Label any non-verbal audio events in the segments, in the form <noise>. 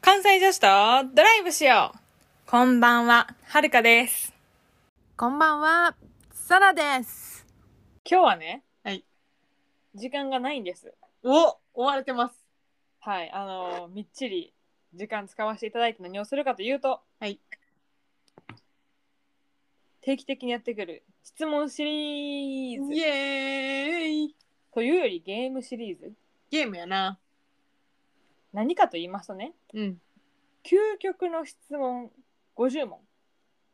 関西女子とドライブしようこんばんは、はるかです。こんばんは、サラです。今日はね、はい。時間がないんです。お、追われてます。はい、あのーみっちり時間使わせていただいて何をするかというと、はい。定期的にやってくる質問シリーイズエーイ。というよりゲームシリーズ。ゲームやな。何かと言いますとね、うん。究極の質問50問。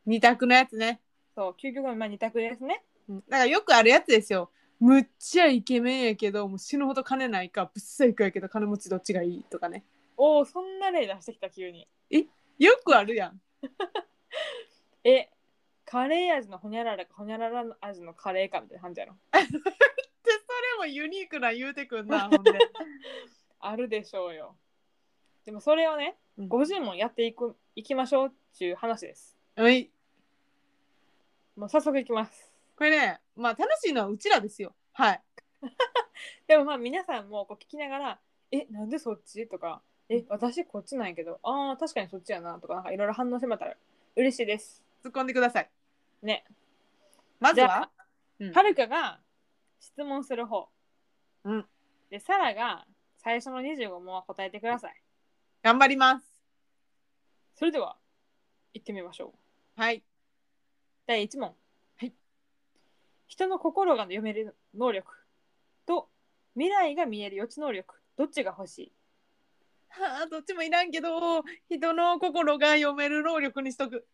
二択のやつね。そう、究極のまあ二択ですね。うん。だからよくあるやつですよ。むっちゃイケメンやけど、もう死ぬほど金ないか、ぶっさいくやけど金持ちどっちがいいとかね。おお、そんな例出してきた急に。よくあるやん。え、カレー味のほにゃららかほにゃらら味のカレーかみたいな感じやろ。で、それもユニークな言うてくん <laughs> な、ほんで。あるでしょうよ。でもそれをね、うん50問やっていくいきましょうっていう話です。はい。もう早速いきます。これね、まあ楽しいのはうちらですよ。はい。でもまあ皆さんもこう聞きながら、え、なんでそっちとか、え、私こっちなんやけど、ああ、確かにそっちやなとか、なんかいろいろ反応してもらったら嬉しいです。突っ込んでください。ね。まずじゃはあ、、うんはるかが質問する方。うん。で、サラが最初の25問は答えてください。頑張ります。それでは、行ってみましょう。はい。第1問、はい人の心が読める能力と未来が見える予知能力どっちが欲しいはあ、どっちもいらんけど人の心が読める能力にしとく。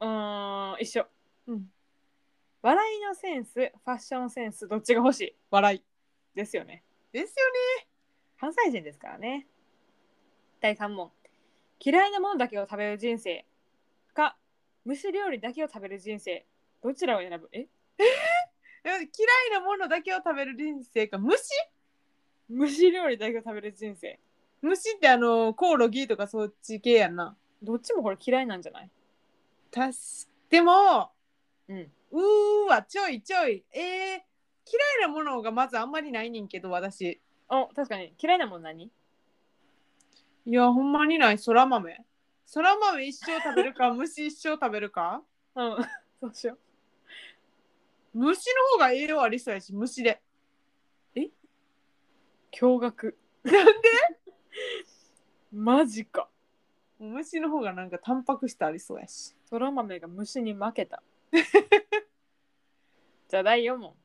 うーん一緒うん、笑いのセンスファッションセンスどっちが欲しい笑い。ですよねです関西人ですからね第3問嫌いなものだけを食べる人生か蒸し料理だけを食べる人生どちらを選ぶえよね。嫌いなものだけを食べる人生か虫蒸し料理だけを食べる人生虫ってあのコオロギとかそっち系やんな。どっちもこれ嫌いなんじゃないたしでもうんうーわちょいちょいえー、嫌いなものがまずあんまりないねんけど私。あ確かに嫌いなもの何いやほんまにないそら豆。そら豆一生食べるか虫一生食べるかうん <laughs> そうしよう虫の方が栄養ありそうやし虫で。驚愕なんで <laughs> マジか虫の方がなんかタンパク質ありそうやし。そら豆が虫に負けた <laughs> じゃあ第4問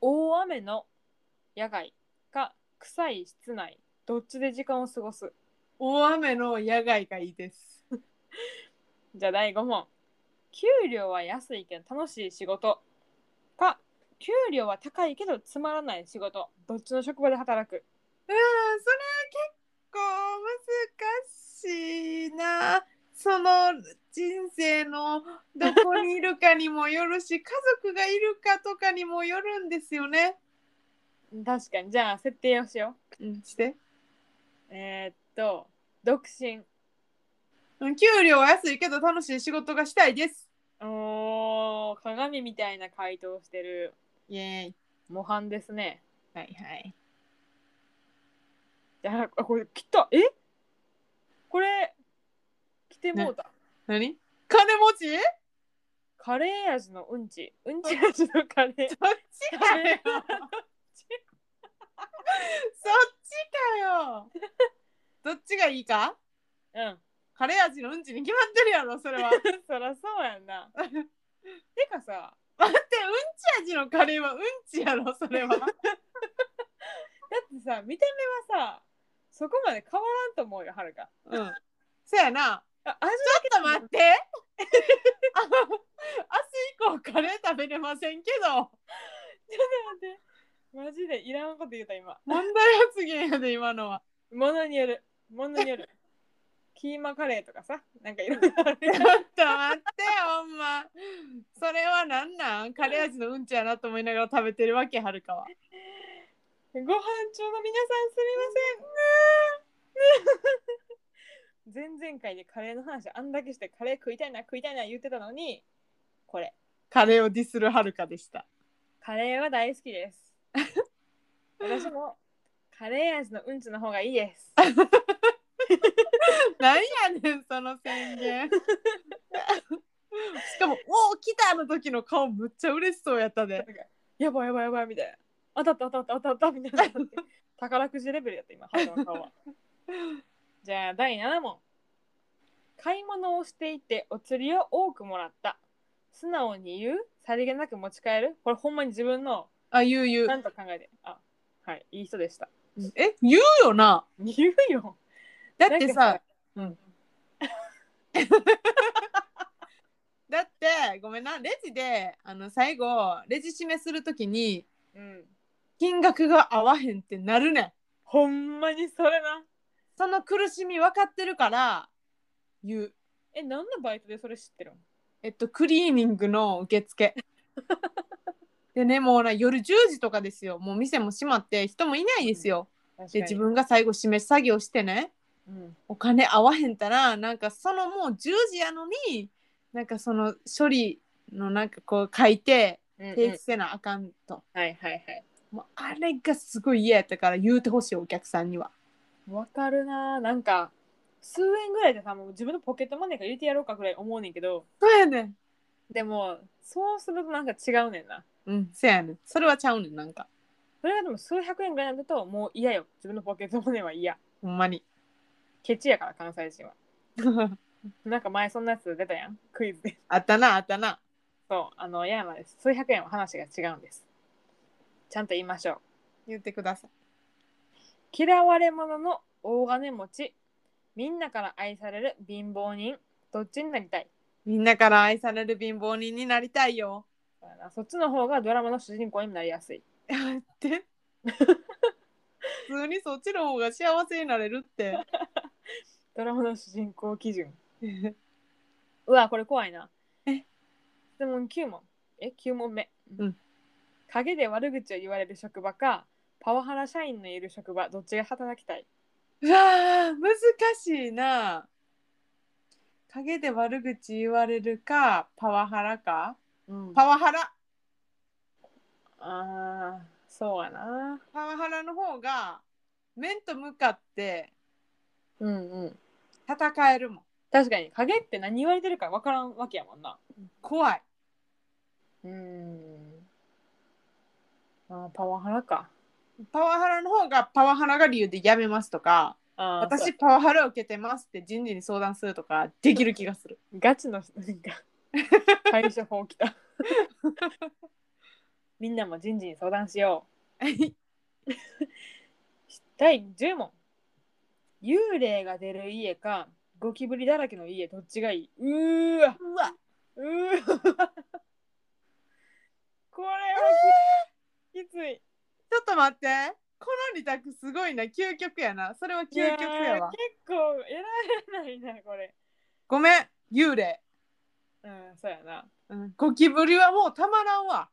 大雨の野外か臭い室内どっちで時間を過ごす大雨の野外がいいです。じゃあ第5問給料は安いけど楽しい仕事か給料は高いけどつまらない仕事どっちの職場で働くうわーそれは結構難しいな。その人生のどこにいるかにもよるし、家族がいるかとかにもよるんですよね。確かにじゃあ設定をしようん、して。うえー、っと独身うん給料は安いけど楽しい仕事がしたいです。おー鏡みたいな回答してるイエーイ。模範ですねはいはいい。やあこれ来たえこれ来てもうた、何金持ちカレー味のうんちうん <laughs> ち味のカレーそっちかよ。そっちかよ。どっちがいいかうんカレー味のうんちに決まってるやろそ <laughs> れは待って <laughs> そらそうやんなうん <laughs> てかさち味のカレーはうんちやろそれはだってさ見た目はさそこまで変わらんと思うよはるかうんそやなあ味ちょっと待 <laughs> ってあ明日以降カレー食べれませんけどだってマジでいらんこと言うた今問題発言やで今のはものによるものに <laughs> よるキーマカレーとかさなんかいろいろあるちょっと待ってほんまそれはなんなんカレー味のうんちやなと思いながら食べてるわけはるかはご飯中の皆さんすみません。前々回でカレーの話あんだけしてカレー食いたいな食いたいな言ってたのにこれカレーをディスるはるかでしたカレーは大好きです。私もカレー味のうんちの方がいいです。何やねんその宣言しかも「おお来た!」の時の顔むっちゃ嬉しそうやったでやばいやばいやばいみたいな。当たった当たった当たったみたいな。宝くじレベルやった今、ハトの顔は。じゃあ第7問。買い物をしていてお釣りを多くもらった。素直に言うさりげなく持ち帰るこれほんまに自分のあ言う言うなんと考えて。あはい、いい人でした。え言うよな言うよ。だってなんさか <laughs> だってごめんなレジであの最後レジ締めする時にうん。金額が合わへんってなるねんほんまにそれな。その苦しみ分かってるから言うえ、何のバイトでそれ知ってるのえっとクリーニングの <laughs> 受付でねもうな夜10時とかですよもう店も閉まって人もいないですよ、確かでに自分が最後締め作業してねうんお金合わへんたらなんかそのもう10時やのになんかその処理のなんかこう書いてうんうん提出せなあかんと、はいはいはい。もうあれがすごい嫌やったから言うてほしいお客さんにはわかるななんか数円ぐらいでさもう自分のポケットマネーから入れてやろうかぐらい思うねんけどそうやねんでもそうするとなんか違うねんなうんそうやねんそれはちゃうねんなんかそれがでも数百円ぐらいなんだともう嫌よ自分のポケットマネーは嫌ほんまに <laughs> ケチやから関西人はなんか前そんなやつ出たやんクイズであったなあったなそうあの嫌なんです数百円は話が違うんですちゃんと言いましょう言ってください嫌われ者の大金持ちみんなから愛される貧乏人どっちになりたいみんなから愛される貧乏人になりたいよ。そうやなそっちの方がドラマの主人公にもなりやすい待って。普通にそっちの方が幸せになれるって。ドラマの主人公基準うわ、これ怖いな。え質問9問。え、9問目。うん。陰で悪口を言われる職場か、パワハラ社員のいる職場、どっちが働きたいうわあ難しいな。陰で悪口言われるかパワハラか。うんパワハラああ、そうやな。パワハラの方が面と向かってうんうん。戦えるもん。確かに、陰って何言われてるか分からんわけやもんな。怖い。うん。あーパワハラか。パワハラの方がパワハラが理由でやめますとか、あーそう私パワハラを受けてますって人事に相談するとかできる気がする。ガチのなん <laughs> か対処法きた。 <laughs> みんなも人事に相談しよう。第10問幽霊が出る家かゴキブリだらけの家どっちがいいうーわ <laughs> うわうーわこれはき,、きついちょっと待って。この二択すごいな。究極やな。それは究極いややーわ。結構選べないなこれごめん。幽霊、うんそうやなうん。ゴキブリはもうたまらんわ。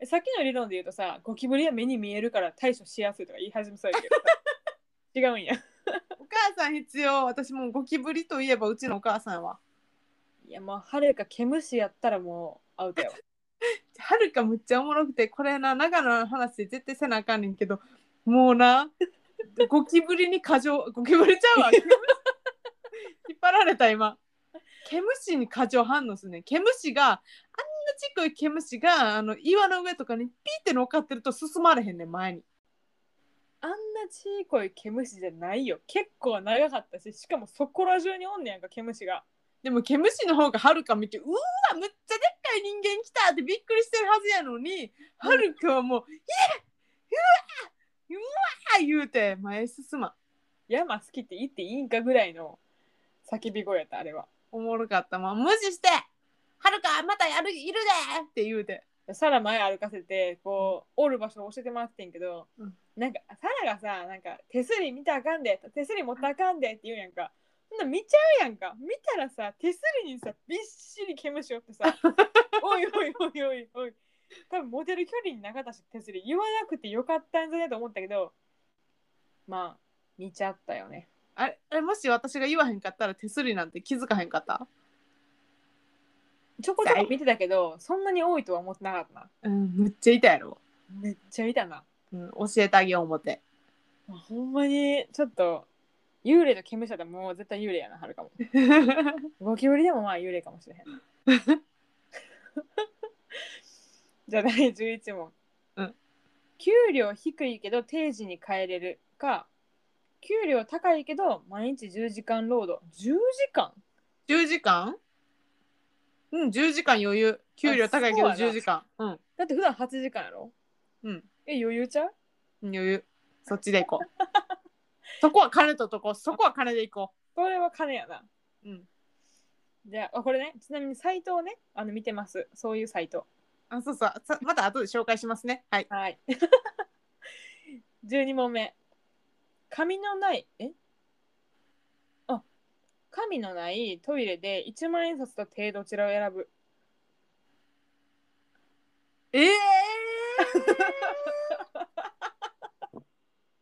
えさっきの理論で言うとさゴキブリは目に見えるから対処しやすいとか言い始めそうやけどさ違うんやお母さん必要。私もうゴキブリといえばうちのお母さんは。 <laughs> いやもうはるか毛虫やったらもうアウトやわはるかむっちゃおもろくて、これな、長野の話で絶対せなあかんねんけど、もうな、 <laughs> ゴキブリに過剰、ゴキブリちゃうわ。毛 <laughs> 虫引っ張られた今。毛虫に過剰反応すんねん。毛虫が、あんなちっこい毛虫が、あの、岩の上とかにピーって乗っかってると進まれへんねん、前に。あんなちいこい毛虫じゃないよ。結構長かったし、しかもそこら中におんねやんか、毛虫が。でも毛虫の方がはるか見てうーわむっちゃでっかい人間来たってびっくりしてるはずやのにはるかはもう「いえうわうわ!」言うて前進まん山好きって言っていいんかぐらいの叫び声やった、あれは。おもろかったまあ無視して「はるかまたやるいるで!」って言うてサラ前歩かせて、こう、おる場所を教えてもらってんけど、うんなんか、サラがさ、なんか、手すり見たらあかんで、手すり持ったらあかんでって言うやんか。そんな見ちゃうやんか。見たらさ、手すりにさ、びっしり毛虫おって <laughs> さ、おいおいおいおいおい。多分モデル距離になかったし、手すり言わなくてよかったんじゃねと思ったけど、まあ、見ちゃったよね。あれあれもし私が言わへんかったら手すりなんて気づかへんかったちょこちょこ見てたけど、そんなに多いとは思ってなかったな。うんむっちゃいたやろ、めっちゃいたな。うん、教えてあげよう思てほんまにちょっと幽霊と刑務所でもう絶対幽霊やなはる <laughs> かもゴキブリでもまあ幽霊かもしれへん <laughs> じゃあ第11問、うん給料低いけど定時に帰れるか給料高いけど毎日10時間労働10時間10時間うん10時間余裕給料高いけどあそうやな10時間うんだって普段8時間やろうんえ余裕ちゃう余裕そっちで行こうそこは金ととこそこは金で行ここれは金やなううんじゃああこれねちなみにサイトをねあの見てますそういうサイトあそうそうさまた後で紹介しますねはいはい。12問目。髪のない、えあ、髪のないトイレで1万円札と手どちらを選ぶ。ええー、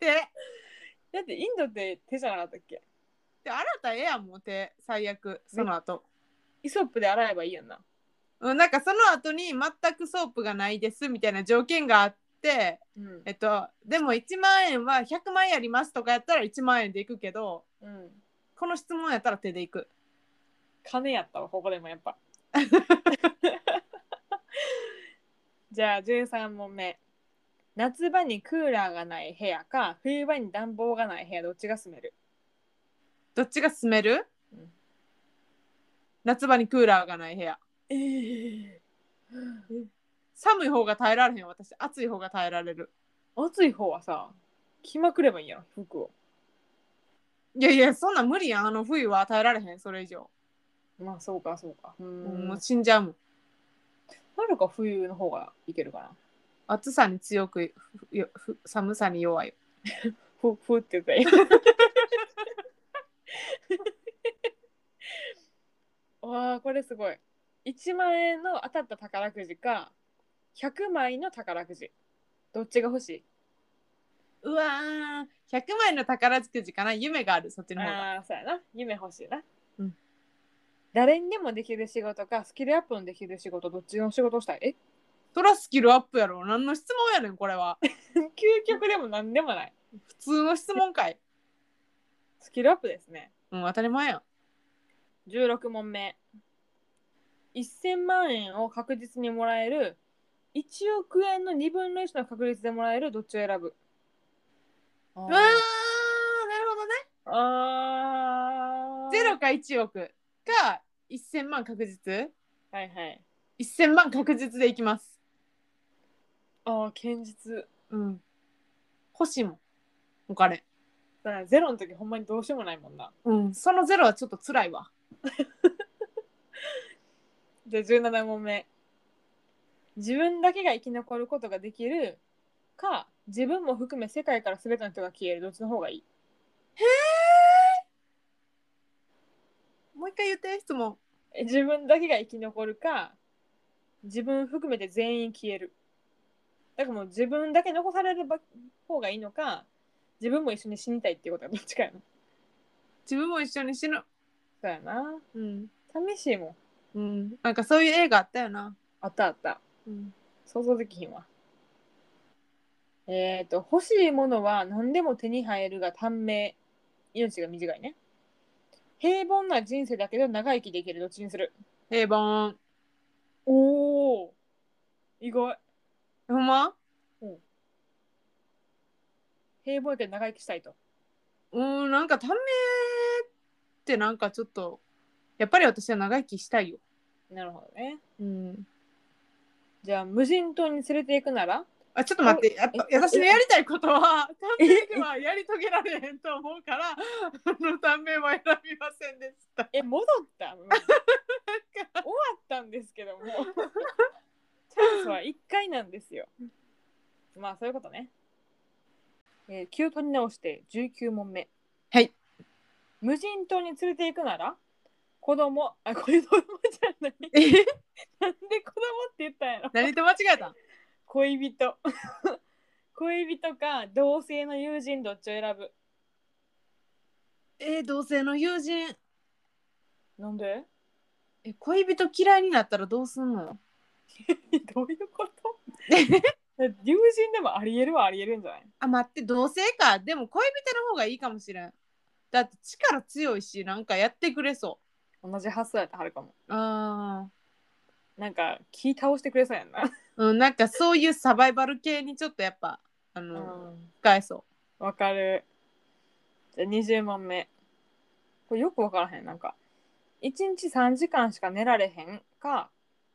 手だってインドって手じゃなかったっけで洗ったらええやんもう手最悪その後、イソップで洗えばいいやんな。うん、なんかその後に全くソープがないですみたいな条件があってうんえっとでも1万円は100万円ありますとかやったら1万円でいくけどうん。この質問やったら手でいく金やったわ、ここでもやっぱ。じゃあ13問目。夏場にクーラーがない部屋か冬場に暖房がない部屋どっちが住めるどっちが進める、うん夏場にクーラーがない部屋ええ寒い方が耐えられへん私暑い方が耐えられる暑い方はさ着まくればいいやん服をいやいやそんなん無理やんあの冬は耐えられへんそれ以上、まあそうかそうかうもうん死んじゃうもんはるか冬の方がいけるかな暑さに強くふよふ寒さに弱いふふって言ったらい <laughs> いわあこれすごい1万円の当たった宝くじか100枚の宝くじどっちが欲しうわー100万円の宝くじかな夢があるそっちいの方がああーそうやな夢欲しいな、うん誰にでもできる仕事かスキルアップのできる仕事どっちの仕事をしたいえ <laughs> そらスキルアップやろ何の質問やねんこれは <laughs> 究極でも何でもない普通の質問かいスキルアップですね。 <laughs> うん当たり前やん16問目。1000万円を確実にもらえる、1億円の2分の1の確率でもらえる、どっちを選ぶあうーわーなるほどねあーゼロか1億か1000万確実はいはい。 1000万確実でいきますああ、堅実。うん欲しいもんお金だからゼロの時ほんまにどうしようもないもんな。うんそのゼロはちょっと辛いわで、17問目。自分だけが生き残ることができるか、自分も含め世界から全ての人が消える、どっちの方がいいもう一回言って質問自分だけが生き残るか自分含めて全員消えるだからもう自分だけ残されるば方がいいのか自分も一緒に死にたいっていうことが <laughs> どっちかやな自分も一緒に死ぬそうやなうん、寂しいもんうん、なんかそういう映画あったよな、あったあったうん、想像できひんわえっ、ー、と欲しいものは何でも手に入るが短命命が短いね平凡な人生だけど長生きできるどっちにする平凡おお意外ほんま平凡やけど長生きしたいとうんなんかためってなんかちょっとやっぱり私は長生きしたいよなるほどねうんじゃあ無人島に連れて行くならあちょっと待ってやっぱえ私のやりたいことは短命ではやり遂げられへんと思うからあの短命は選びませんでしたえ戻 <laughs> ったもう終わったんですけどもチャンスは1回なんですよまあそういうことね、えー、気を取り直して19問目はい無人島に連れて行くなら子供あこれ子供じゃないえなんで子供って言ったんやろ何と間違えたん恋人恋人か同性の友人どっちを選ぶえー同性の友人なんでえ恋人嫌いになったらどうすんの <laughs> どういうこと友人でもありえるはありえるんじゃないあ待って同性かでも恋人の方がいいかもしれんだって力強いしなんかやってくれそ同じ発想やったらはるかもうあなんか気倒してくれそうやんなー、うん、なんかそういうサバイバル系にちょっとやっぱあうの、ん使えそわかるじゃあ20問目これよくわからへんなんか1日3時間しか寝られへんか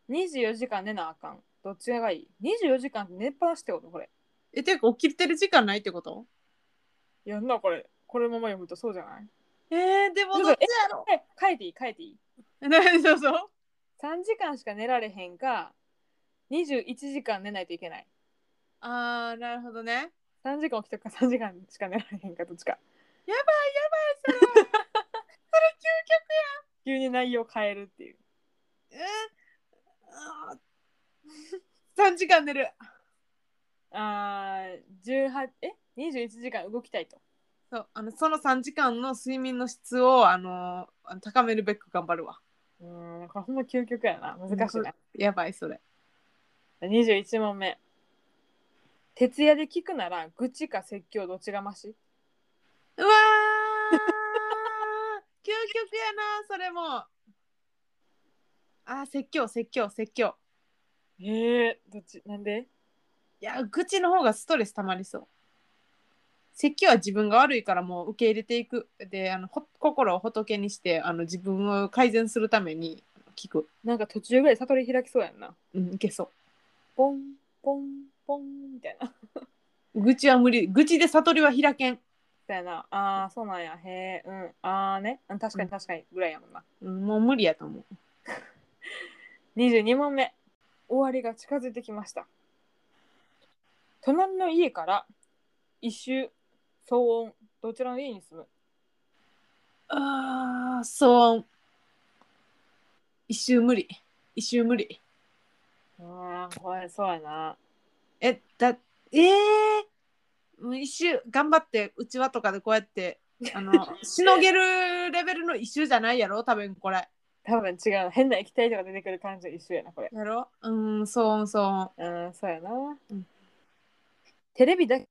24時間寝なあかんどっちがいい24時間って寝っぱなしってことこれうえていうか起きてる時間ないってことやんなこれこれまま読むとそうじゃないえー、でもどっちやろえ書いていい書いていい何そうそう3時間しか寝られへんか21時間寝ないといけないあーなるほどね3時間起きてるか3時間 <laughs> しか寝られへんかどっちか急に内容変えるっていうえー、あー3時間寝るあー18え21時間動きたいとそうあのその3時間の睡眠の質を、あのー高めるべく頑張るわうーんこれほんま究極やな難しいなやばいそれ21問目徹夜で聞くなら愚痴か説教どっちがマシうわー <laughs> 究極やなそれもあー説教説教説教へえどっちなんでいや愚痴の方がストレスたまりそう説教は自分が悪いからもう受け入れていくであのほ心を仏にしてあの自分を改善するために聞くなんか途中ぐらい悟り開きそうやんなうんいけそポンポンポンみたいな <laughs> う愚痴は無理愚痴で悟りは開けん、そうやなあーそうなんやへえうんああねうん確かに確かにぐらいやもんなうん、もう無理やと思う22問目終わりが近づいてきました隣の家から一周騒音どちらの家に住むああ、そう。一周無理。一周無理。ああこれそうやなえ、だ、ええもう一周頑張って、うちわとかでこうやって、あの、しのげるレベルの一周じゃないやろ、多分これ。多分違う変な液体とか出てくる感じと一緒やなこれやろうーん、そうそうーんそうやな、うんテレビだけ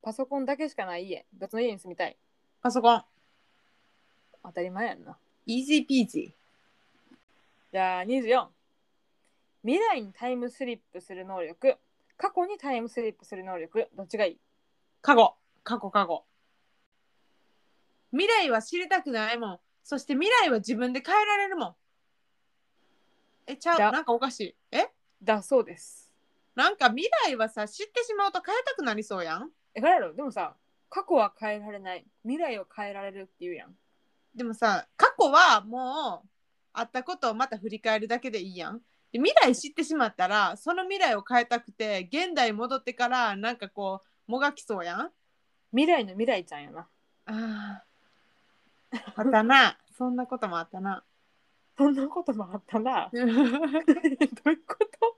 パソコンだけしかない家別の家に住みたいパソコン、当たり前やんなイージーピージじゃあ24未来にタイムスリップする能力過去にタイムスリップする能力どっちがいいー。過去、過去、過去。未来は知りたくないもん。そして未来は自分で変えられるもん。え、ちゃう、だなんかおかしい。えだそうですなんか未来はさ知ってしまうと変えたくなりそうやんえからやろでもさ過去は変えられない未来を変えられるって言うやんでもさ過去はもうあったことをまた振り返るだけでいいやんで未来知ってしまったらその未来を変えたくて現代戻ってからなんかこうもがきそうやん未来の未来ちゃんやなあーあったなそんなこともあったなそんなこともあったな <laughs> どういうこと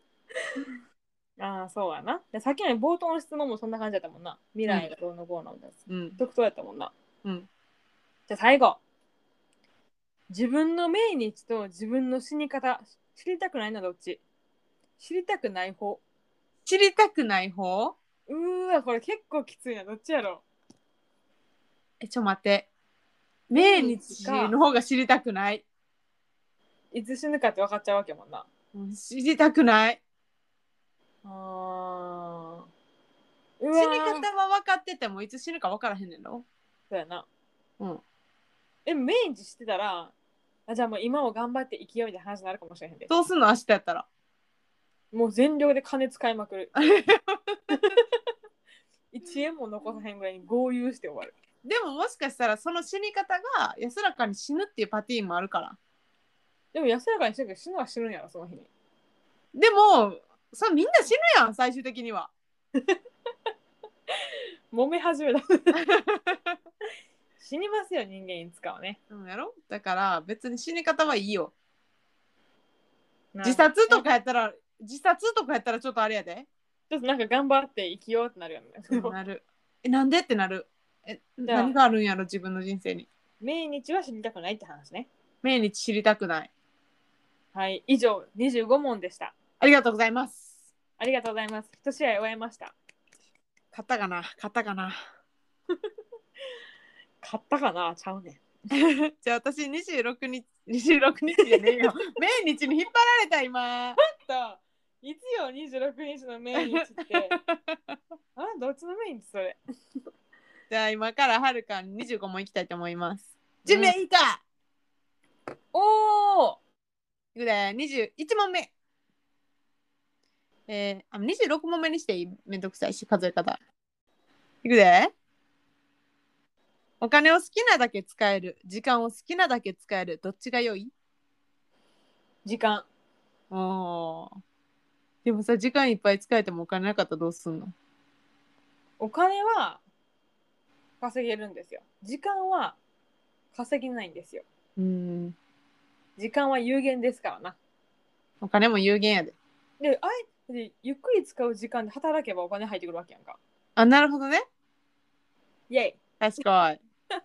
ああそうやなでさっきの冒頭の質問もそんな感じだったもんな未来がどうのこうのみたいなうん独当やったもんなうんじゃあ最後自分の命日と自分の死に方知りたくないのはどっち知りたくない方知りたくない方うーわこれ結構きついなどっちやろえちょ待って命日の方が知りたくない、いつ死ぬかって分かっちゃうわけやもんなうん知りたくないあーう死わーに方は分かっててもいつ死ぬか分からへんねんろそうやなうんえ命日してたらあじゃあもう今を頑張って生きようみたいな話になるかもしれへんでどうすんの明日やったら。もう全力で金使いまく <laughs> る。1円も残さへんぐらいに豪遊して終わる。でももしかしたらその死に方が安らかに死ぬっていうパティーンもあるから。でも安らかにしてるけど死ぬは死ぬんやろ、その日に。でも、そみんな死ぬやん、最終的には。揉め始 <laughs> めた。死にますよ、人間いつかはね。うんやろだから別に死に方はいいよ。な自殺とかやったら、自殺とかやったらちょっとあれやで。ちょっとなんか頑張って生きようってなるよね。なる。え、なんでってなる。え、じゃあ何があるんやろ、自分の人生に。 <laughs> 命日は死にたくないって話ね。命日知りたくない。はい、以上25問でした。ありがとうございます。ありがとうございます。一試合終えました。買ったかな買ったかな買ったかなちゃうねん。じゃあ私26日26日じゃねえよ <laughs> 命日に引っ張られた今ったいつよ26日の命 <laughs> 日って。あなたどっちの命日それ。じゃあ今からはるかに25問いきたいと思います準備はいいか、おおいくで21問目えー、あ26問目にしていいめんどくさいし数え方いくでお金を好きなだけ使える時間を好きなだけ使えるどっちが良い時間。あーでもさ時間いっぱい使えてもお金なかったらどうすんのお金は稼げるんですよ。時間は稼げないんですよ。うん時間は有限ですからな。お金も有限やでで、あえてゆっくり使う時間で働けばお金入ってくるわけやんか。あなるほどねイェイ。確かに <laughs>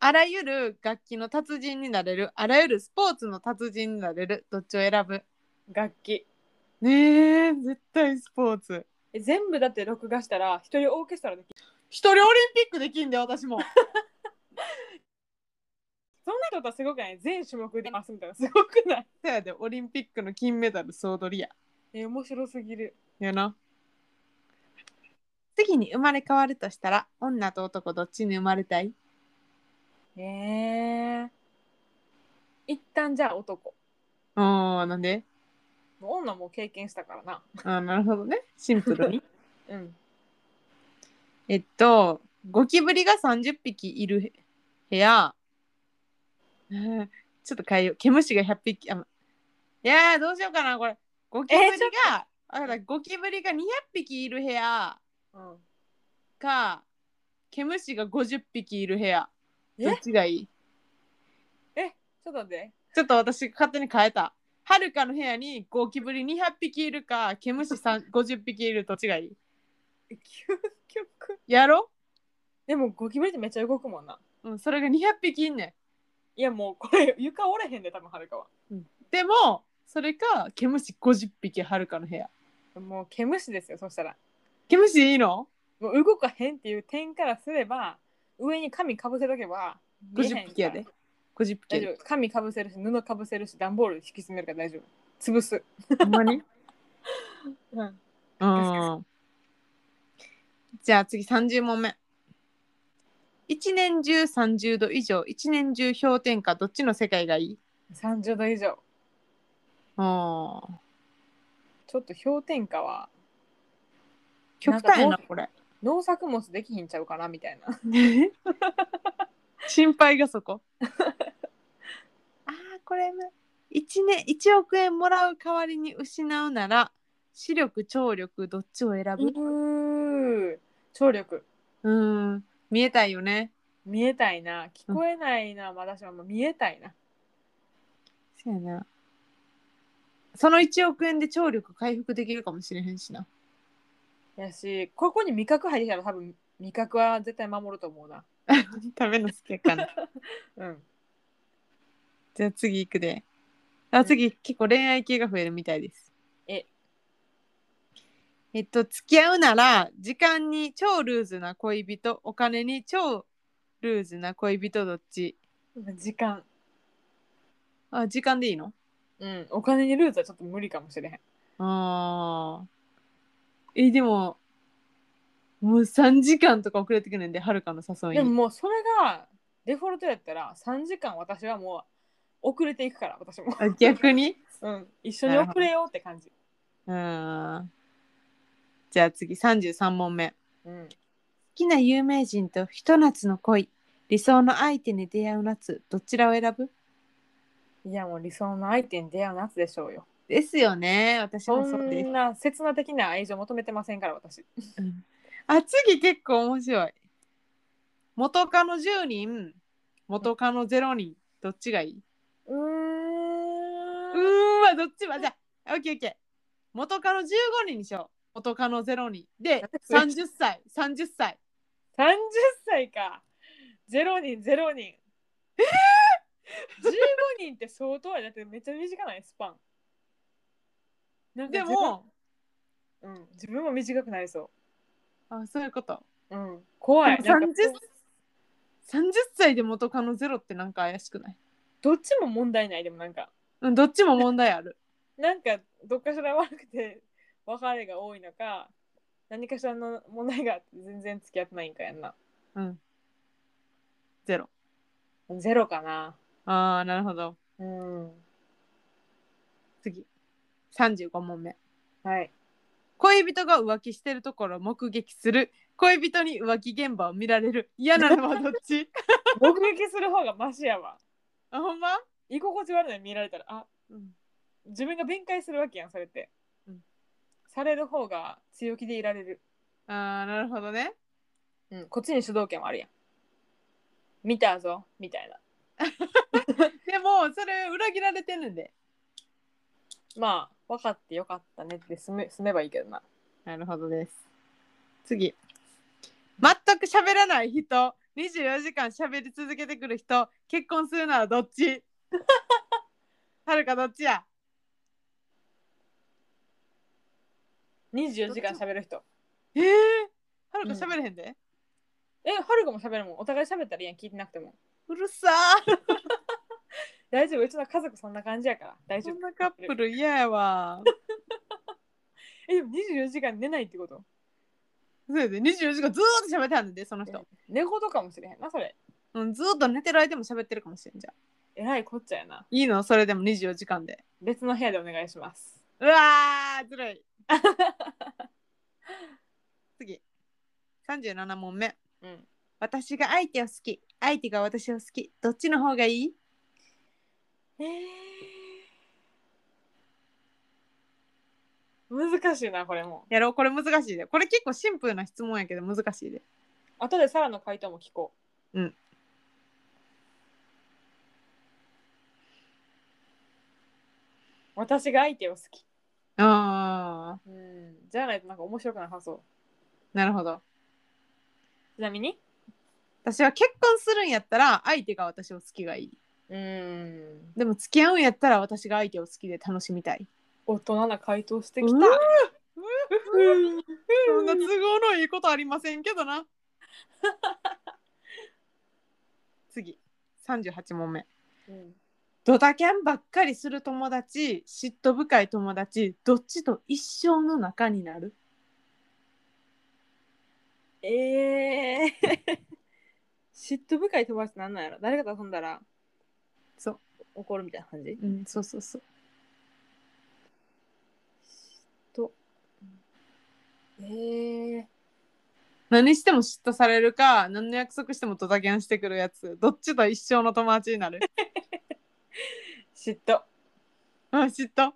あらゆる楽器の達人になれるあらゆるスポーツの達人になれるどっちを選ぶ楽器。ねえ絶対スポーツえ全部だって録画したら一人オーケストラできる。一人オリンピックできんだよ私 <laughs> もそんなことはすごくない全種目でますみたいな。すごくないそやでオリンピックの金メダル総取りやえ、面白すぎる。やな次に生まれ変わるとしたら女と男どっちに生まれたいえー。一旦じゃあ男。あーなんでもう女も経験したからな。あーなるほどねシンプルにうん。 <laughs> えっとゴキブリが30匹いる部屋うんちょっと変えよう毛虫が100匹あいやーどうしようかなこれゴキブリえーちょっが、あだからゴキブリが200匹いる部屋うん、か毛虫が50匹いる部屋えどっちがいいちょっと待って。ちょっと私勝手に変えたはるかの部屋にゴキブリ200匹いるか毛虫さん50匹いるどっちがいい究極。やろでもゴキブリってめっちゃ動くもんな。うん、それが200匹いんねんいやもうこれ床折れへんで多分はるかは。でもそれか毛虫50匹はるかの部屋もう毛虫ですよそしたら。毛虫でいいのもう動かへんっていう点からすれば上に紙かぶせとけば見えへんから ?50 匹やで。50匹や大丈で。夫紙かぶせるし布かぶせるし段ボール引き詰めるから大丈夫潰す、ほんまに <laughs> うん、うん。じゃあ次30問目。一年中30度以上、一年中氷点下、どっちの世界がいい30度以上ああ。ちょっと氷点下は極端やなな、んかこれ。 <laughs> 農作物できひんちゃうかなみたいな心配が <laughs> そこ。ああ、これむ、一年、一億円もらう代わりに失うなら、視力、聴力、どっちを選うぶ <laughs> ー聴力うん、見えたいよね。見えたいな聞こえないな、私はもう見えたいなそうやな。その1億円で聴力回復できるかもしれへんしな。やしここに味覚入ってきたら多分味覚は絶対守ると思うな食べの好きやかな。うん <laughs> じゃあ次行くで。あ次、結構恋愛系が増えるみたいです。ええっと付き合うなら時間に超ルーズな恋人お金に超ルーズな恋人どっち時間あ時間でいいのうんお金にルーズはちょっと無理かもしれへんあーえでももう3時間とか遅れてくるんではるかの誘いでもにもうそれがデフォルトやったら3時間私はもう遅れていくから私も、あ逆に <laughs> うん、一緒に遅れようって感じ、うーんじゃあ次33問目好うん、きな有名人とひと夏の恋理想の相手に出会う夏どちらを選ぶいやもう理想の相手に出会う夏でしょうよですよね私そもそうですんな刹那的な愛情求めてませんから私うんあ次結構面白い元カノ10人元カノ0人どっちがいいうーんうーわどっちはじゃあオッケーオッケー元カノ15人にしよう元カノ0人で30歳30歳30歳か0人0人15人って相当やだってめっちゃ短ないスパンなんかで自分もうん、自分も短くなりそうあそういうことうん、怖いでもなんか30 30歳で元カノゼロってなんか怪しくない、どっちも問題ないでもなんかうん、どっちも問題ある。 <laughs> なんかどっかしら悪くて別れが多いのか何かしらの問題があって全然付き合ってないんかやんなうん。ゼロ。ゼロかなああ、なるほど。うん次。35問目。はい恋人が浮気してるところを目撃する。恋人に浮気現場を見られる。嫌なのはどっち <laughs> 目撃する方がマシやわあ、ほんま、居心地悪いの見られたらあうん、自分が弁解するわけやんそれって、うんされる方が強気でいられる、ああ、なるほどね。うん、こっちに主導権はあるやん見たぞみたいなでも、それ裏切られてんねんで。まあ分かってよかったねって住め住めばいいけどななるほどです。次。全く喋らない人、24時間喋り続けてくる人、結婚するならどっ <laughs> ちはるかどっちや24時間喋る人えー、はるか喋れへんで、えはるかも喋るもんお互い喋ったらいいやん聞いてなくてもうるさー大丈夫うちの家族そんな感じやから大丈そ夫んなカップル嫌やわ。えでも24時間寝ないってことそうやで24時間ずーっと喋ってはんねんで、その人。寝言かもしれへんなそれうん、ずーっと寝てる間も喋ってるかもしれんじゃん。えらいこっちゃやないいのそれでも24時間で。別の部屋でお願いしますうわー、<laughs> ずるい。次。37問目。うん私が相手を好き相手が私を好きどっちの方がいいえー、難しいなこれもやろうこれ難しいでこれ結構シンプルな質問やけど難しいで後でサラの回答も聞こうううん私が相手を好きあうんじゃないとなんか面白くなさそうーなるほどちなみに私は結婚するんやったら相手が私を好きがいいうんでも付き合うんやったら私が相手を好きで楽しみたい大人な回答してきうたわうんそんな都合のいいことありませんけ <laughs> どな次38問目うんドタキャンばっかりする友達嫉妬深い友達どっちと一生の仲になるええー、 <laughs> 嫉妬深い友達ってなんなんやろ誰かと遊んだらそう怒るみたいな感じうん、そうそうそう。とえー、何しても嫉妬されるか、何の約束してもドタキャンしてくるやつ、どっちと一生の友達になる。 <laughs> 嫉妬あ、嫉妬。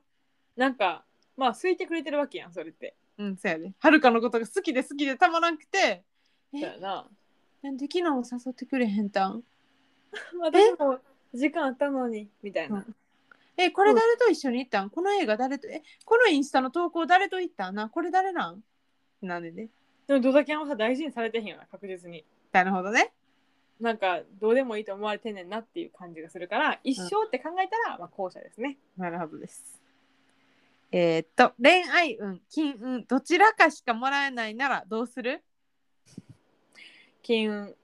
なんかまあ好いてくれてるわけやんそれってうん、そうやで。はるかのことが好きで好きでたまらんくて、そえうやななんで昨日も誘ってくれへんたん私も時間あったのにみたいなえ、これ誰と一緒に行ったんこの映画誰と、え、このインスタの投稿誰と行ったんなこれ誰なんなんでね。でもドタキャンはさ大事にされてへんよな確実になるほどね。なんかどうでもいいと思われてんねんなっていう感じがするから一生って考えたら、まあ後者ですねなるほどです。えーっと、恋愛運、金運、どちらかしかもらえないならどうする金運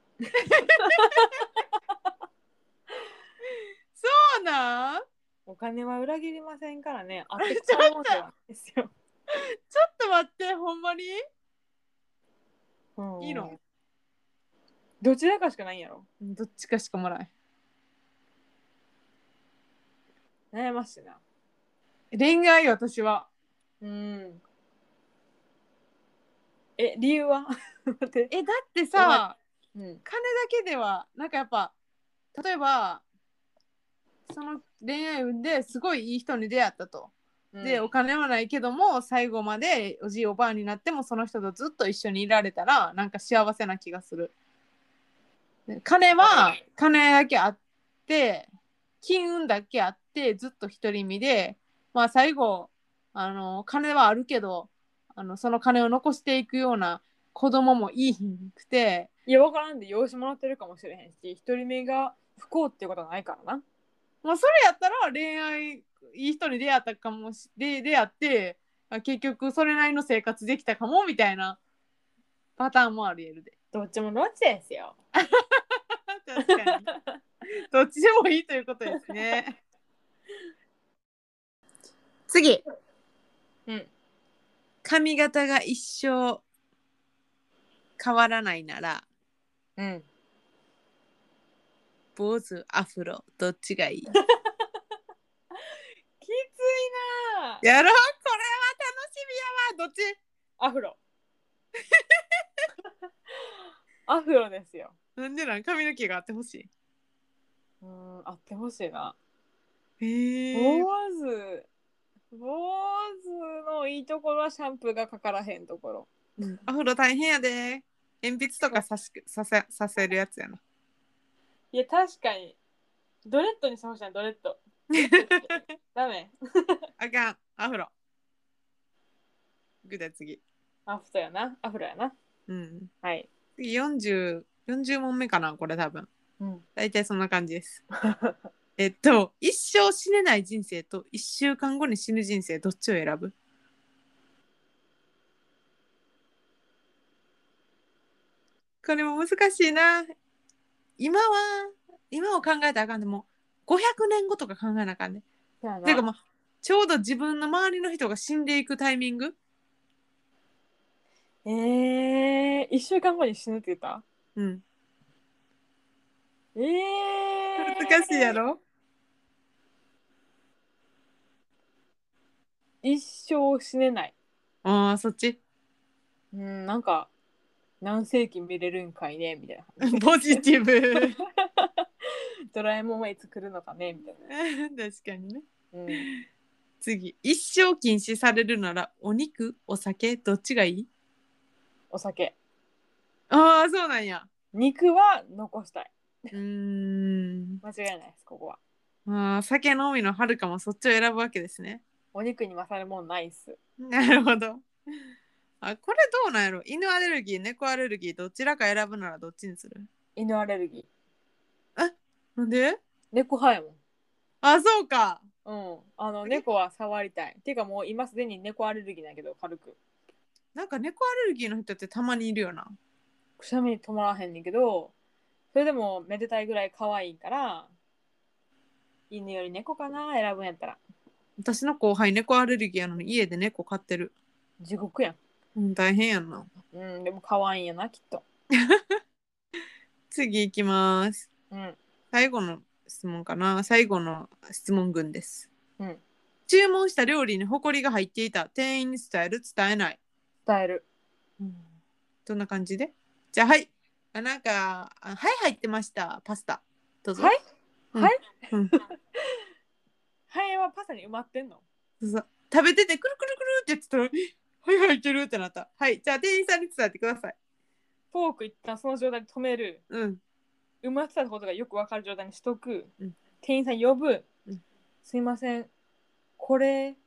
そうなんお金は裏切りませんからねあって使うもんでは <laughs> ないですよ、ちょっと待って、ほんまにうんいいのどちらかしかないんやろどっちかしかもらえ悩ましいなへん。恋愛私は。うんえ理由は <laughs> 待ってえ、だってさ、うん金だけでは、なんかやっぱ、例えば、その恋愛運ですごいいい人に出会ったと。で、お金はないけども、最後までおじいおばあになっても、その人とずっと一緒にいられたら、なんか幸せな気がする。ね金は、金だけあって、金運だけあって、ずっと独り身で、まあ最後、あの、金はあるけど、あの、その金を残していくような子供もいいひんくて、いや、わからんで、養子もらってるかもしれへんし、一人目が不幸っていうことはないからな。まあそれやったら恋愛、いい人に出会ったかもし、で、出会って、あ結局それなりの生活できたかもみたいなパターンもあり得るで。どっちもどっちですよ。確かに。どっちでもいいということですね。次。うん。髪型が一生変わらないなら、うん。坊主、アフロ、どっちがいいきついなあやろうこれは楽しみやわどっちアフロ。 <laughs> アフロですよ。なんでなん髪の毛があってほしうん、あってほしいな。い。へ坊主。坊主のいいところはシャンプーがかからへんところ。アフロ大変やで。鉛筆とかさしさせさせるやつやな。いや、確かに。ドレッドにしてほしいな、ドレッ <laughs> ド。ダメ。あかん、アフロ。ぐだ次。アフトやな。アフロやな。うん。はい。次40、40問目かな、これ多分。 <laughs> うん。大体そんな感じです。えっと、一生死ねない人生と一週間後に死ぬ人生、どっちを選ぶこれも難しいな。今は、今を考えたらあかんでも、500年後とか考えなあかんね。そうやなていうかまあ、ちょうど自分の周りの人が死んでいくタイミングええー、一週間後に死ぬって言ったうん。ええー、難しいや。ろ一生死ねない。ああ、そっち。 <laughs> うん、なんか、何世紀見れるんかいね、みたいな。ポジティブ。 <laughs> ドラえもんはいつ来るのかね、みたいな。確かにね。うん、次一生禁止されるならお肉お酒どっちがいいお酒。ああそうなんや肉は残したい。うーん間違いないです、ここは。あー酒飲みのはるかもそっちを選ぶわけですねお肉に勝るもんないっす。なるほどあこれどうなんやろ犬アレルギー猫アレルギーどちらか選ぶならどっちにする犬アレルギー。なんで猫派やあそうかもん。うん。あの、猫は触りたい。ていうかもう今すでに猫アレルギーだけど、軽く。なんか猫アレルギーの人ってたまにいるよなくしゃみ止まらへんねんけどそれでもめでたいぐらい可愛いから犬より猫かな選ぶんやったら私の後輩猫アレルギーやのに家で猫飼ってる、地獄やんうん、大変やんなうんでも可愛いんやなきっと次行きますうん最後の質問かな最後の質問群です、うん注文した料理にホコリが入っていた店員に伝える伝えない、伝えるどんな感じでじゃあはいあなんかあはい入ってましたパスタどうぞはいうんはいうん <laughs> ハエはパスタに埋まってんのどうぞ食べててくるくるくるって言ってたらえはい入ってるってなったはいじゃあ店員さんに伝えてくださいフォーク一旦その状態で止めるうん埋まってたことがよくわかる状態にしとく、うん店員さん呼ぶ、うんすいませんこれって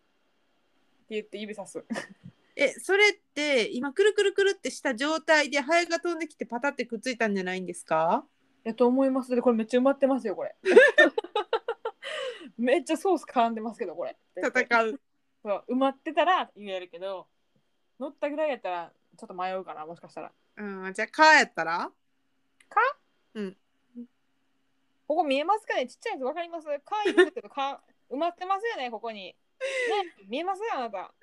言って指さす <laughs> えそれって今くるくるくるってした状態でハエが飛んできてパタってくっついたんじゃないんですかやと思いますでこれめっちゃ埋まってますよ <laughs> これめっちゃソース絡んでますけどこれ戦うそう埋まってたら言えるけど乗ったぐらいやったらちょっと迷うかなもしかしたらうん、じゃあ、かやったらここ見えますかねちっちゃいやつわかりますかいるんですけどか <laughs> 埋まってますよねここにね見えますよあなた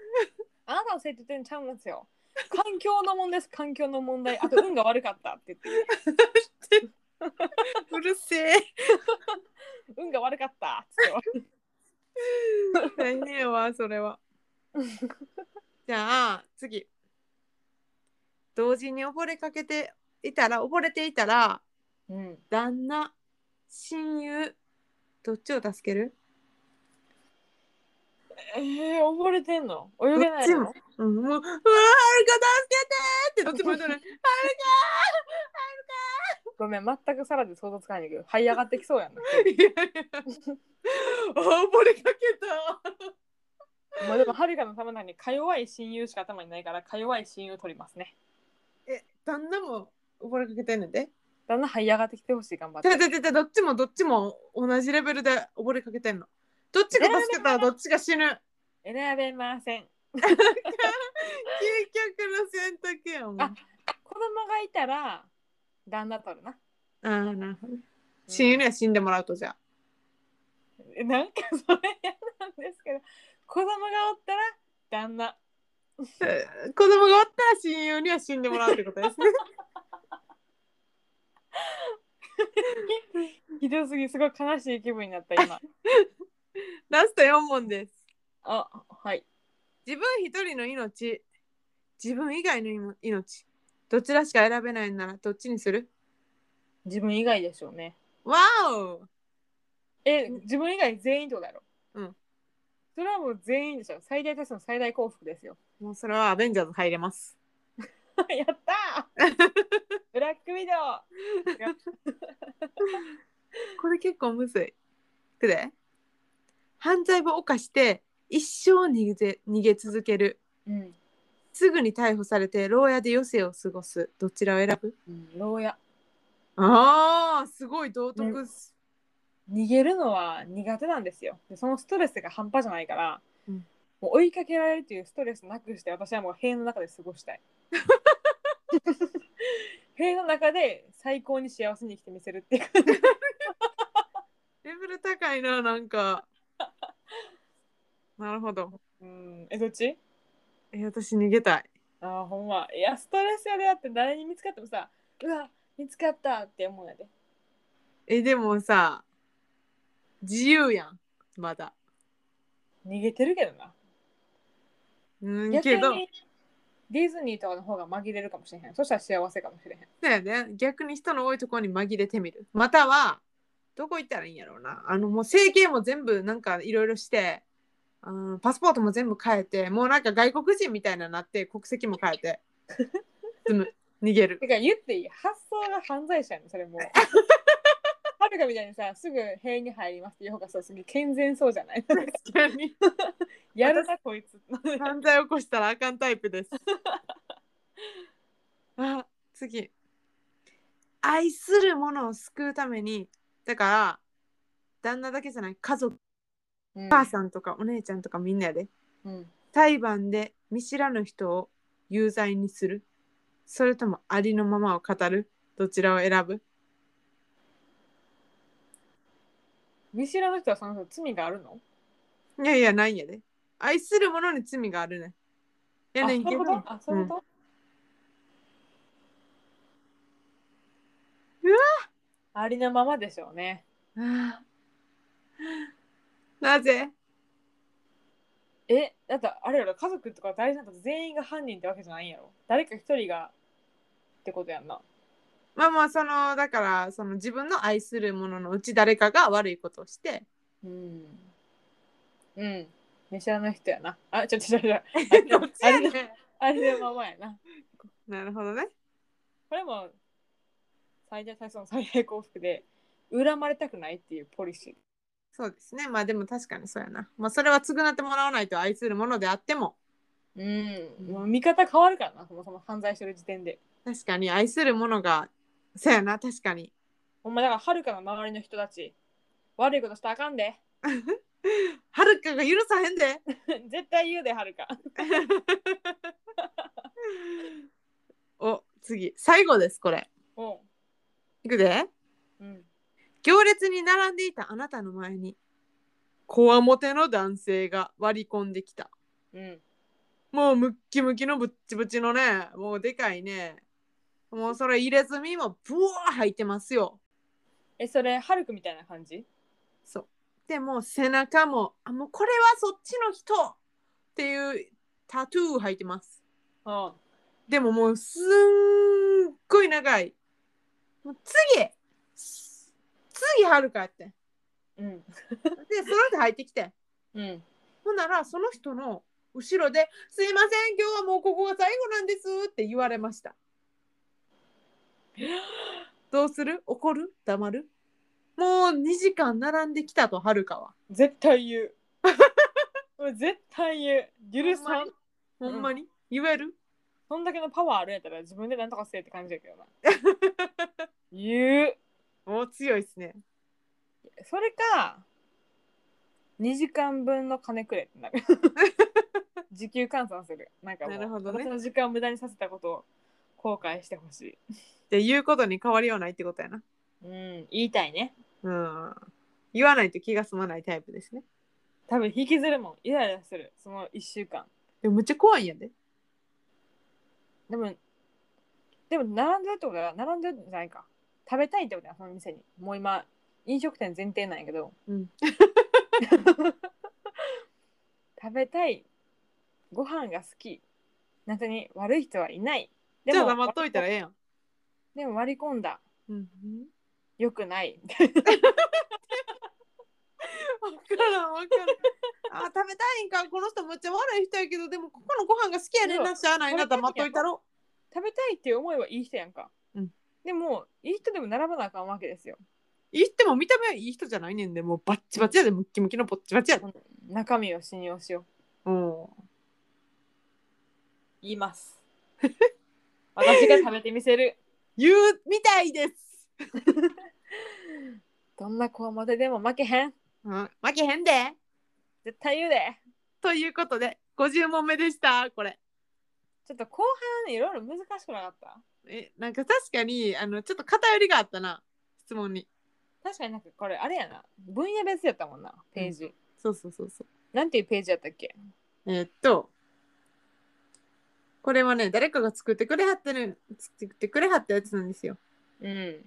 あなたのせいって言ってんちゃうんですよ環境の問題です環境の問題あと運が悪かったって言ってうるせえ。運が悪かったって言って大変やわ、それは。じゃあ、次。同時に溺れかけていたら、溺れていたら、うん旦那、親友、どっちを助けるえー、溺れてんの泳げないどっのうん、もう、うわ、はるか助けてーってどっちも言うとね、ごめん全くさらで想像つかないんだけど這い上がってきそうやんないやいやあ溺れかけまあでもはるかのためなのにか弱い親友しか頭にないからか弱い親友取りますねた。え、旦那も溺れかけてんねんで。だんだん這い上がってきてほしい頑 <laughs> 張ってててててどっちもどっちも同じレベルで溺れかけてんの。どっちが助けたらどっちが死ぬ。究選べません極の選択やもん。あこ供がいたら旦那取るな。ああ、なるほど。親友には死んでもらうとじゃあ。えなんかそれ嫌なんですけど子供がおったら旦那えー子供がおったら親友には死んでもらうってことですね。 <laughs> ひどすぎすごい悲しい気分になった今ラスト4問です。 <laughs> あはい自分一人の命、自分以外の命命、どちらしか選べないならどっちにする自分以外でしょうねわおえ自分以外全員ってことだろうんそれはもう全員でしょ最大多数の最大幸福 <laughs> ですよもうそれはアベンジャーズ入れます。やった <laughs> ーブラックウィドウこれ結構むずい。くで犯罪を犯して一生逃げ逃げ続ける。うん、すぐに逮捕されて牢屋で余生を過ごす。どちらを選ぶうん、牢屋ああ、すごい道徳っす。逃げるのは苦手なんですよでそのストレスが半端じゃないから、うんもう追いかけられるというストレスなくして私はもう塀の中で過ごした <laughs> い塀の中で最高に幸せに生きてみせるっていう感じレベル高いな、なんか。 <laughs> なるほど。うんえどっちえ、私逃げたい。あーほんまいやストレスやでだって誰に見つかってもさうわ見つかったって思うやでえ、でもさ、自由やん、まだ。逃げてるけどなうん、逆けど、にディズニーとかの方が紛れるかもしれへんそしたら幸せかもしれへんそうやね、逆に人の多いところに紛れてみる。または、どこ行ったらいいんやろうな。あの、もう整形も全部なんかいろいろして、あのパスポートも全部変えて、もうなんか外国人みたいなのになって、国籍も変え <laughs> て、住む、逃げる。てか言っていい発想が犯罪者やねんそれ <laughs> もうはるかみたいにさすぐ塀に入りますっていう方がさすげえ健全そうじゃない <laughs> 確かに。やるなこい <laughs> つ犯罪起こしたらあかんタイ <laughs> プです。あ次愛するものを救うためにだから旦那だけじゃない家族うんお母さんとかお姉ちゃんとかみんなやでうん裁判で見知らぬ人を有罪にするそれともありのままを語るどちらを選ぶ見知らぬ人はその人罪があるのいやいやないんやで愛するものに罪があるねんいやねんあけそういどうことあそういうこと、うんうわありのままでしょうねああなぜえだってあれやろ家族とか大事なこと全員が犯人ってわけじゃないんやろ誰か一人がってことやんなまあまあそのだからその自分の愛するもののうち誰かが悪いことをしてうんうん見知らぬ人やなあちょちょちょちょどっちやねんあれのままやな <laughs> なるほどねこれも最大最初の最大幸福で恨まれたくないっていうポリシーそうですねまあでも確かにそうやなまあそれは償ってもらわないと愛するものであってもうん、もう見方変わるからなそもそも犯罪してる時点で確かに愛するものがそうやな確かにほんまだからはるかの周りの人たち悪いことしたらあかんではるかが許さへんで <laughs> 絶対言うではるかお次最後ですこれもいくでう、うん、行列に並んでいたあなたの前にこわもての男性が割り込んできたうんもうムッキムキのぶっちぶちのね、もうでかいね。もうそれ入れ墨もブワー入ってますよ。えそれはるくみたいな感じそう。でもう背中も、あ、もうこれはそっちの人っていうタトゥー入ってます。うんでももうすんごい長い。もう次次はるかやって。で、うんその人入ってきて。うんほんならその人の後ろで「すいません今日はもうここが最後なんです」って言われましたどうする怒る黙るもう2時間並んできたとはるかは絶対言うもう絶対言う許さんほんまに、言えるそんだけのパワーあるんやったら自分でなんとかせえって感じやけどな <laughs> 言うお強いっすねそれか2時間分の金くれってな <laughs> る時給換算するなんかもうなるほどね私の時間を無駄にさせたことを後悔してほしい。で言うことに変わりはないってことやなうん、言いたいね。うん言わないと気が済まないタイプですね多分引きずるもん。イライラする。その1週間。でもむっちゃ怖いんやででも、でも並んでるってことは、並んでるんじゃないか。食べたいってことや、その店に。もう今、飲食店前提なんやけど。うん <laughs> 食べたい。ご飯が好き。本当に悪い人はいない。でじゃあ黙っといたらええやん、でも割り込んだ。うん、よくない。 <laughs> 分からん分からん <laughs> あー食べたいんかこの人むっちゃ悪い人やけどでもここのご飯が好きやねんなしゃあないな黙っといたろ食べたいっていう思いはいい人やんか。うんでも、いい人でも並ばなあかんわけですよ。言っても見た目はいい人じゃないねんでもうバッチバチやでムッキムキのポッチバチやで中身を信用しよう。うん言い <laughs> ます。私が食べてみせる。言うみたいですどんなこわもてでも負けへん。うん、負けへんで絶対言うで。ということで50問目でしたこれちょっと後半いろいろ難しくなかった。えなんか確かにあのちょっと偏りがあったな質問に確かになんかこれあれやな。分野別やったもんな、ページ。そうそうそうそうなんていうページやったっけえーっとこれはね誰かが作ってくれはってる作ってくれはったやつなんですようん。え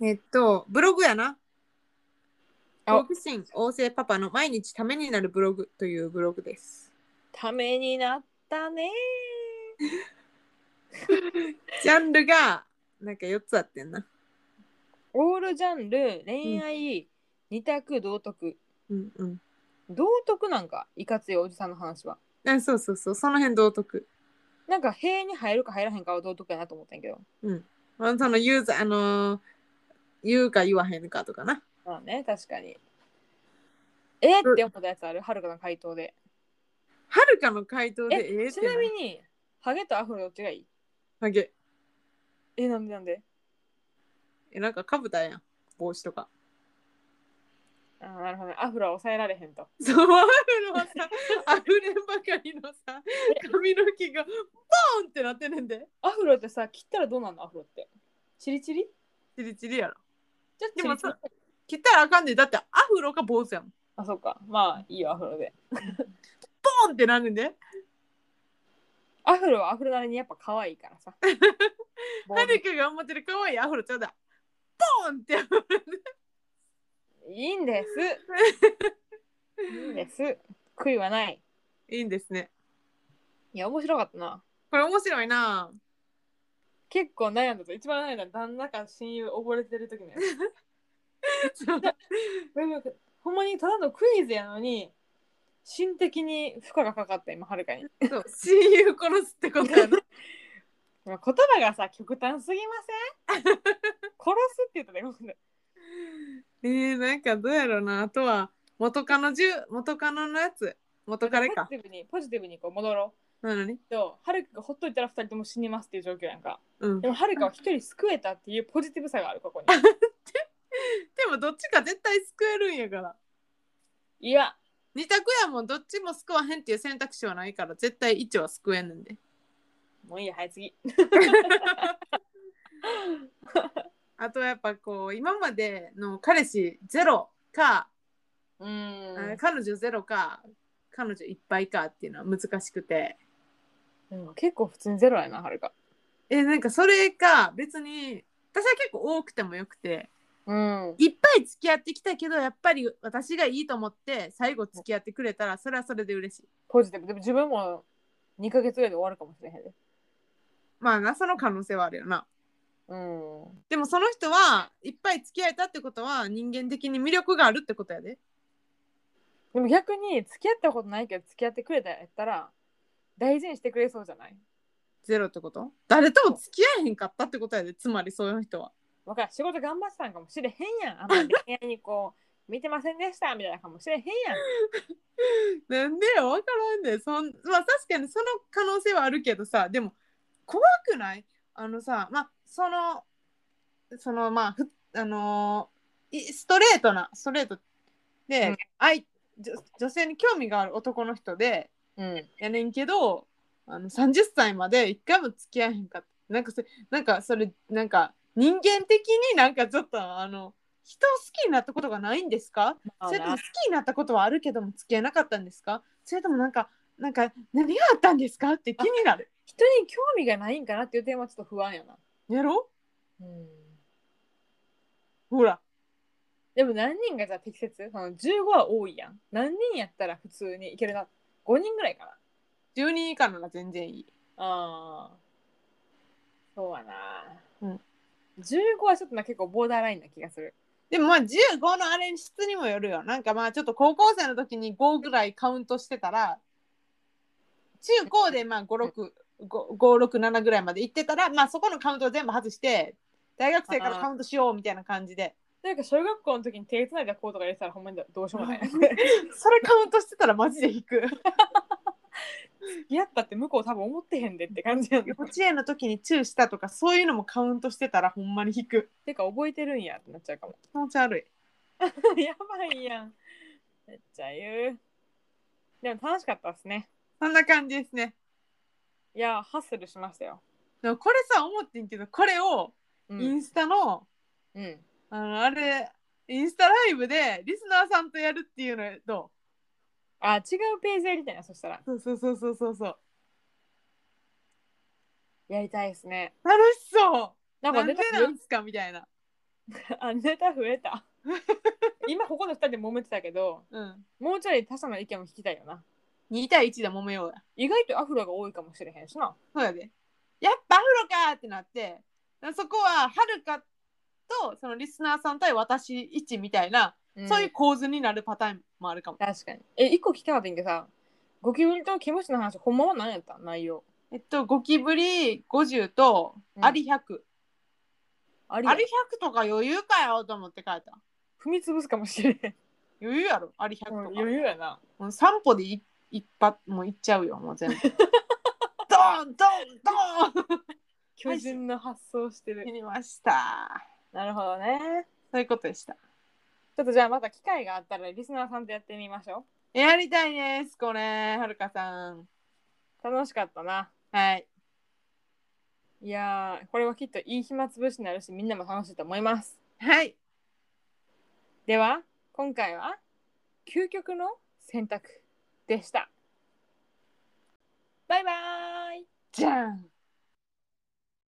ーっとブログやなあ好奇心旺盛パパの毎日ためになるブログというブログですためになったねジャンルがなんか4つあってんなオールジャンル、恋愛、二択、道徳。うんうん道徳なんか、いかついおじさんの話は。あそうそうそうその辺道徳なんか、塀に入るか入らへんかは道徳やなと思ったんやけど。まあ、そのユーザー、あのー言うか言わへんかとかな。まあね、確かに。えーって思ったやつある、はるかの回答で。はるかの回答でえ、ええってちななみに、ハゲとアフロどっちがいいハゲ。え、なんでなんでえ、なんかかぶたやん。帽子とか。あーなるほどね。アフロは抑えられへんと。そう、アフロはさ、あふれんばかりのさ、髪の毛がボーンってなってねんで。アフロってさ、切ったらどうなんのアフロって。チリチリチリチリやろ。じゃあでチリもチリさ、切ったらあかんで、だってアフロか坊主やもん。あ、そうか。まあ、いいよ、アフロで。ボーンってなるんで。アフロはアフロなりにやっぱ可愛いから <laughs> さ。もうはるかが思ってる可愛いアフロちゃうだ。ボーンって。いいんです。いいんです。悔いはない。いいんですね。いや、面白かったな。これ面白いな。結構悩んだと、一番悩んだの旦那か親友溺れてる時のやつ。 <laughs> ほんまにただのクイズやのに心的に負荷がかかった今はるかにそう親友殺すってことやな。 <laughs> まあ言葉がさ極端すぎません殺すって言ったら今までえー、なんかどうやろうなあとは元カノ十元カノのやつ元カレポかジティブにポジティブにこう戻ろなのにうとはるかがほっといたら2人とも死にますっていう状況やんかうんでもはるかは1人救えたっていうポジティブさがあるここでもどっちか絶対救えるんやからに <laughs> いや二択やもんどっちも救わへんっていう選択肢はないから絶対一は救えんねんでもういいやはい次あとはやっぱこう今までの彼氏ゼロか、うーあん彼女ゼロか彼女いっぱいかっていうのは難しくてでも結構普通にゼロやなはるかえなんかそれか別に私は結構多くてもよくてうんいっぱい付き合ってきたけどやっぱり私がいいと思って最後付き合ってくれたらそれはそれで嬉しいポジティブでも自分も2ヶ月ぐらいで終わるかもしれへんでまあなその可能性はあるよなうんでもその人はいっぱい付き合えたってことは人間的に魅力があるってことやででも逆に付き合ったことないけど付き合ってくれたやったら大事にしてくれそうじゃないゼロってこと誰とも付き合えへんかったってことやでつまりそういう人はわからん仕事頑張ってたんかもしれへんやんあん <laughs> まり恋愛にこう見てませんでしたみたいなかもしれへんや <laughs> なんでよ分からんでそんまあ確かにその可能性はあるけどさでも怖くないあのさまあそのそのまあふあのーいストレートなストレートで、うん愛女女性に興味がある男の人でんうんやねんけどあの30歳まで一回も付き合えへんかったなんかそれなんかそれなんか人間的になんかちょっとあの人を好きになったことがないんですかそれとも好きになったことはあるけども付き合えなかったんですかそれともなんかなんか何があったんですかって気になる人に興味がないんかなっていう点はちょっと不安やな。やろほらでも何人がじゃあ適切その ?15 は多いやん。何人やったら普通にいけるな。5人ぐらいかな。 10人以下なら全然いいああ。そうやな。うん。 15はちょっとな結構ボーダーラインな気がする。でもまあ15のあれ質にもよるよなんかまあちょっと高校生の時に5ぐらいカウントしてたら中高でまあ5657ぐらいまで行ってたらまあそこのカウントを全部外して大学生からカウントしようみたいな感じでなんか小学校の時に手つないだ子とか入れてたらほんまにどうしよう <laughs> もない。それカウントしてたらマジで引くやったって向こう多分思ってへんでって感じやん。幼稚園の時にチューしたとかそういうのもカウントしてたらほんまに引くてか覚えてるんやってなっちゃうかも。気持ち悪い <laughs> やばいやん。めっちゃ言う。でも楽しかったですね。そんな感じですねいや、ハッスルしましたよ。でもこれさ思ってんけどこれをうインん。スタの、うん、あの、あれ、インスタライブでリスナーさんとやるっていうのどあ、違うページやりたいな、そしたら。うそうそうそうそうそう。やりたいですね。楽しそなうなんかんでネタな増んすかみたいな。えあネタ増えた。今ここの2人で揉めてたけど、うん。もうちょい他者の意見も聞きたいよな。 2対1で揉めようや。意外とアフロが多いかもしれへんしな。そうやで。やっぱアフロかーってなって、そこははるかとそのリスナーさん対私1みたいな、そういう構図になるパターンもあるかも。確かに。え、1個聞きたかったんやけどさ、ゴキブリと毛虫の話、ほんまは何やったん内容。えっと、ゴキブリ50とうんアリ100。あれアリ100とか余裕かよと思って書いた。踏み潰すかもしれへん。余裕やろ、アリ100とか。余裕やな。もう散歩でい一発もう行っ <laughs> ちゃうよもう全部ドーンドーンドー巨人の発想してンやる。りましたなるほどね。そういうことでしたちょっとじゃあまた機会があったらリスナーさんとやってみましょやりたいですこれはるかさんう。楽しかったな。はいいやー、これはきっといい暇つぶしになるし、みんなも楽しいと思います。はいでは、今回は究極の選択でした。バイバーイじゃん